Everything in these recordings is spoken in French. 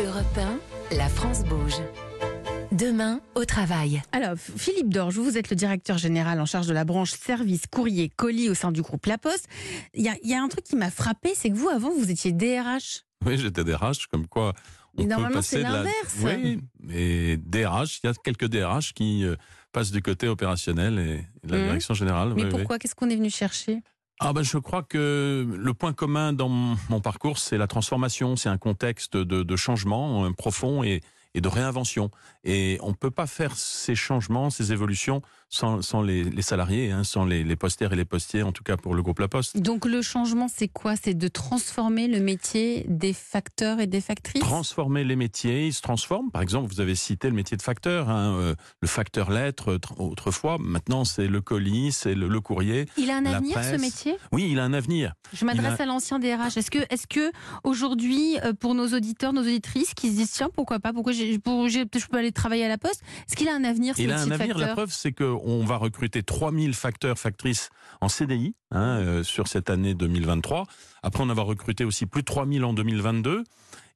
Europe 1, la France bouge. Demain, au travail. Alors, Philippe Dorge, vous êtes le directeur général en charge de la branche service, courrier, colis au sein du groupe La Poste. Il y a, il y a un truc qui m'a frappé, c'est que vous, avant, vous étiez DRH. Oui, j'étais DRH, comme quoi on Mais peut normalement, passer c'est de la- l'inverse. Oui, mais DRH, il y a quelques DRH qui euh, passent du côté opérationnel et de la Mhm. direction générale. Mais oui, oui. pourquoi Qu'est-ce qu'on est venu chercher Ah ben, je crois que le point commun dans mon mon parcours, c'est la transformation, c'est un contexte de, de changement euh, profond et, et de réinvention. Et on ne peut pas faire ces changements, ces évolutions sans, sans les, les salariés, hein, sans les, les postières et les postiers, en tout cas pour le groupe La Poste. Donc, le changement, c'est quoi C'est de transformer le métier des facteurs et des factrices transformer les métiers, ils se transforment. Par exemple, vous avez cité le métier de facteur, hein, euh, le facteur lettre euh, tr- autrefois, maintenant c'est le colis, c'est le, le courrier. Il a un la avenir, ce presse. métier Oui, il a un avenir. Je m'adresse à l'ancien DRH. Est-ce que, est-ce que aujourd'hui, euh, pour nos auditeurs, nos auditrices qui se disent tiens, pourquoi pas Pourquoi j'ai- pour- j'ai- je peux aller travailler à la Poste Est-ce qu'il a un avenir ce Il a métier un de avenir. La facteur preuve, c'est qu'on va recruter 3000 facteurs, factrices en CDI hein, euh, sur cette année 2023. Après, on en va recruter aussi plus de 3000 en 2022.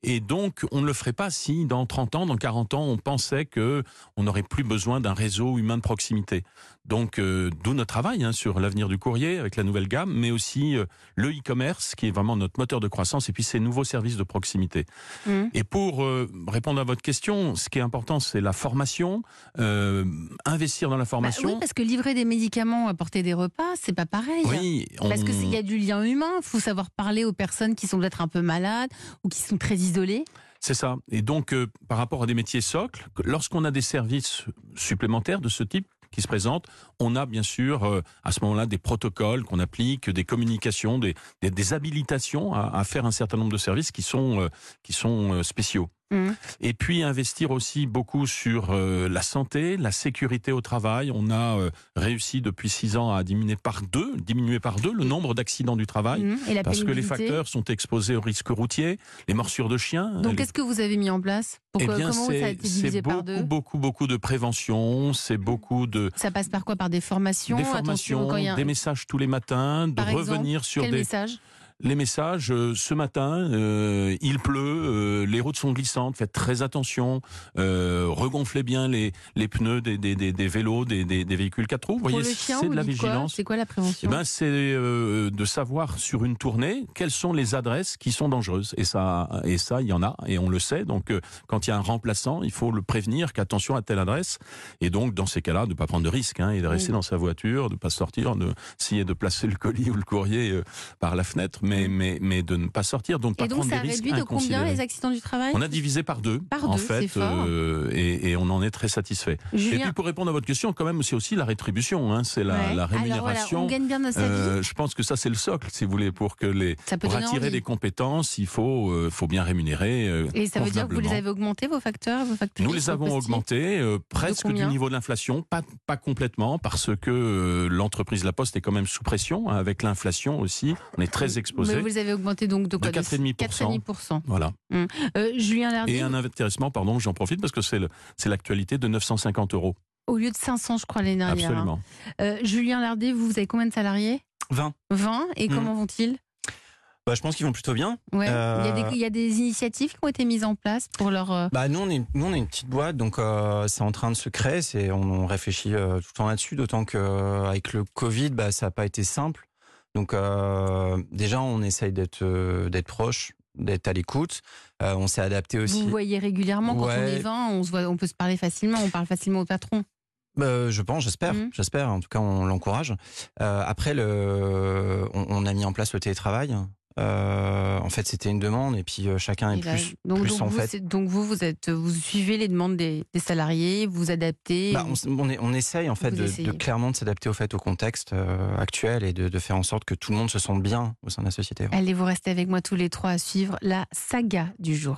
Et donc, on ne le ferait pas si, dans 30 ans, dans 40 ans, on pensait que on n'aurait plus besoin d'un réseau humain de proximité. Donc, euh, d'où notre travail hein, sur l'avenir du courrier avec la nouvelle gamme, mais aussi euh, le e-commerce, qui est vraiment notre moteur de croissance, et puis ces nouveaux services de proximité. Hum. Et pour euh, répondre à votre question, ce qui est important, c'est la formation, euh, investir dans la Bah formation. Oui, parce que livrer des médicaments, apporter des repas, c'est pas pareil. oui, on- Parce que c'est- il y a du lien humain, il faut savoir parler aux personnes qui sont peut-être un peu malades ou qui sont très isolées. c'est ça. Et donc, euh, par rapport à des métiers socles, que- lorsqu'on a des services supplémentaires de ce type qui se présentent, on a bien sûr euh, à ce moment-là des protocoles qu'on applique, des communications, des, des, des habilitations à, à faire un certain nombre de services qui sont, euh, qui sont euh, spéciaux. Hum. Et puis investir aussi beaucoup sur euh, la santé, la sécurité au travail. On a euh, réussi depuis six ans à diminuer par deux, diminuer par deux le nombre d'accidents du travail. Hum. Et la Ah Parce que les pénibilité. facteurs sont exposés au risque routier, les morsures de chiens. Donc, les- qu'est-ce que vous avez mis en place Eh Pourquoi, bien, Comment ça a c'est été divisé c'est par beaucoup, deux beaucoup, beaucoup de prévention, c'est beaucoup de Ça passe par quoi Par des formations des Attention, formations, quand il y a un- des messages tous les matins, de Par exemple, revenir sur Quel des, message les messages euh, ce matin, euh, il pleut, euh, les routes sont glissantes, faites très attention, euh, regonflez bien les, les pneus des, des, des, des vélos, des, des, des véhicules quatre roues. Vous Pour voyez, le chien, c'est vous de la dites quoi vigilance. C'est quoi la Eh prévention ben, c'est euh, de savoir sur une tournée quelles sont les adresses qui sont dangereuses. Et ça, et ça, il y en a, et on le sait. Donc, euh, quand il y a un remplaçant, il faut le prévenir qu'attention à telle adresse. Et donc, dans ces cas-là, de ne pas prendre de risques hein, et de rester dans sa voiture, de ne pas sortir, de s'il y a de placer le colis ou le courrier euh, par la fenêtre, mais, mais, mais de ne pas sortir, donc pas Et donc, prendre ça a des risques réduit de combien inconsidérés. les accidents du travail On a divisé par deux, Par en deux, c'est fait, fort. euh, et, et on en est très satisfait. Et puis Julien, pour répondre à votre question, quand même, c'est aussi la rétribution, hein, c'est la, Ouais. la Alors voilà, rémunération. on gagne bien notre vie. Euh, je pense que ça c'est le socle, si vous voulez, pour que les Ça peut pour donner attirer envie. des compétences, il faut euh, faut bien rémunérer. euh, Et ça veut dire que vous les convenablement. avez augmentés, vos facteurs, vos factrices, Nous les vos avons postiers augmentés euh, presque du combien niveau de l'inflation, pas pas complètement parce que euh, l'entreprise La Poste est quand même sous pression hein, avec l'inflation aussi. On est très Mais exposé. vous les avez augmentés donc de quoi 4,5%. 4,5%. Voilà. Euh, Julien Lardy, Et un investissement, pardon, j'en profite parce que c'est le- c'est l'actualité de 950 euros. au lieu de 500, je crois, l'année dernière. hein. Absolument. Euh, Julien Lardet, vous, vous avez combien de salariés 20. 20 et Mhm. comment vont-ils Bah, je pense qu'ils vont plutôt bien. ouais. il, y a Euh, des, il y a des initiatives qui ont été mises en place pour leur. euh, Bah, nous, on est, nous, on est une petite boîte, donc euh, c'est en train de se créer. C'est, on, on réfléchit euh, tout le temps là-dessus, d'autant que euh, avec le Covid, bah, ça n'a pas été simple. Donc euh, déjà, on essaye d'être euh, d'être proche, d'être à l'écoute. Euh, on s'est adapté Vous aussi. vous voyez régulièrement quand on Ouais. est 20, on, se voit, on peut se parler facilement, on parle facilement au patron. Euh, je pense, j'espère, Mhm. j'espère. En tout cas, on l'encourage. Euh, après, le, on, on a mis en place le télétravail. Euh, en fait, c'était une demande, et puis euh, chacun est Et là, plus, donc, plus donc en vous, fait. c'est- donc vous, vous, êtes, vous suivez les demandes des, des salariés, vous adaptez. Bah, vous- on, s- on est- on essaye en fait Vous de, de essayez. clairement de s'adapter au fait au contexte euh, actuel et de, de faire en sorte que tout le monde se sente bien au sein de la société. Allez, vous restez avec moi tous les trois à suivre la saga du jour.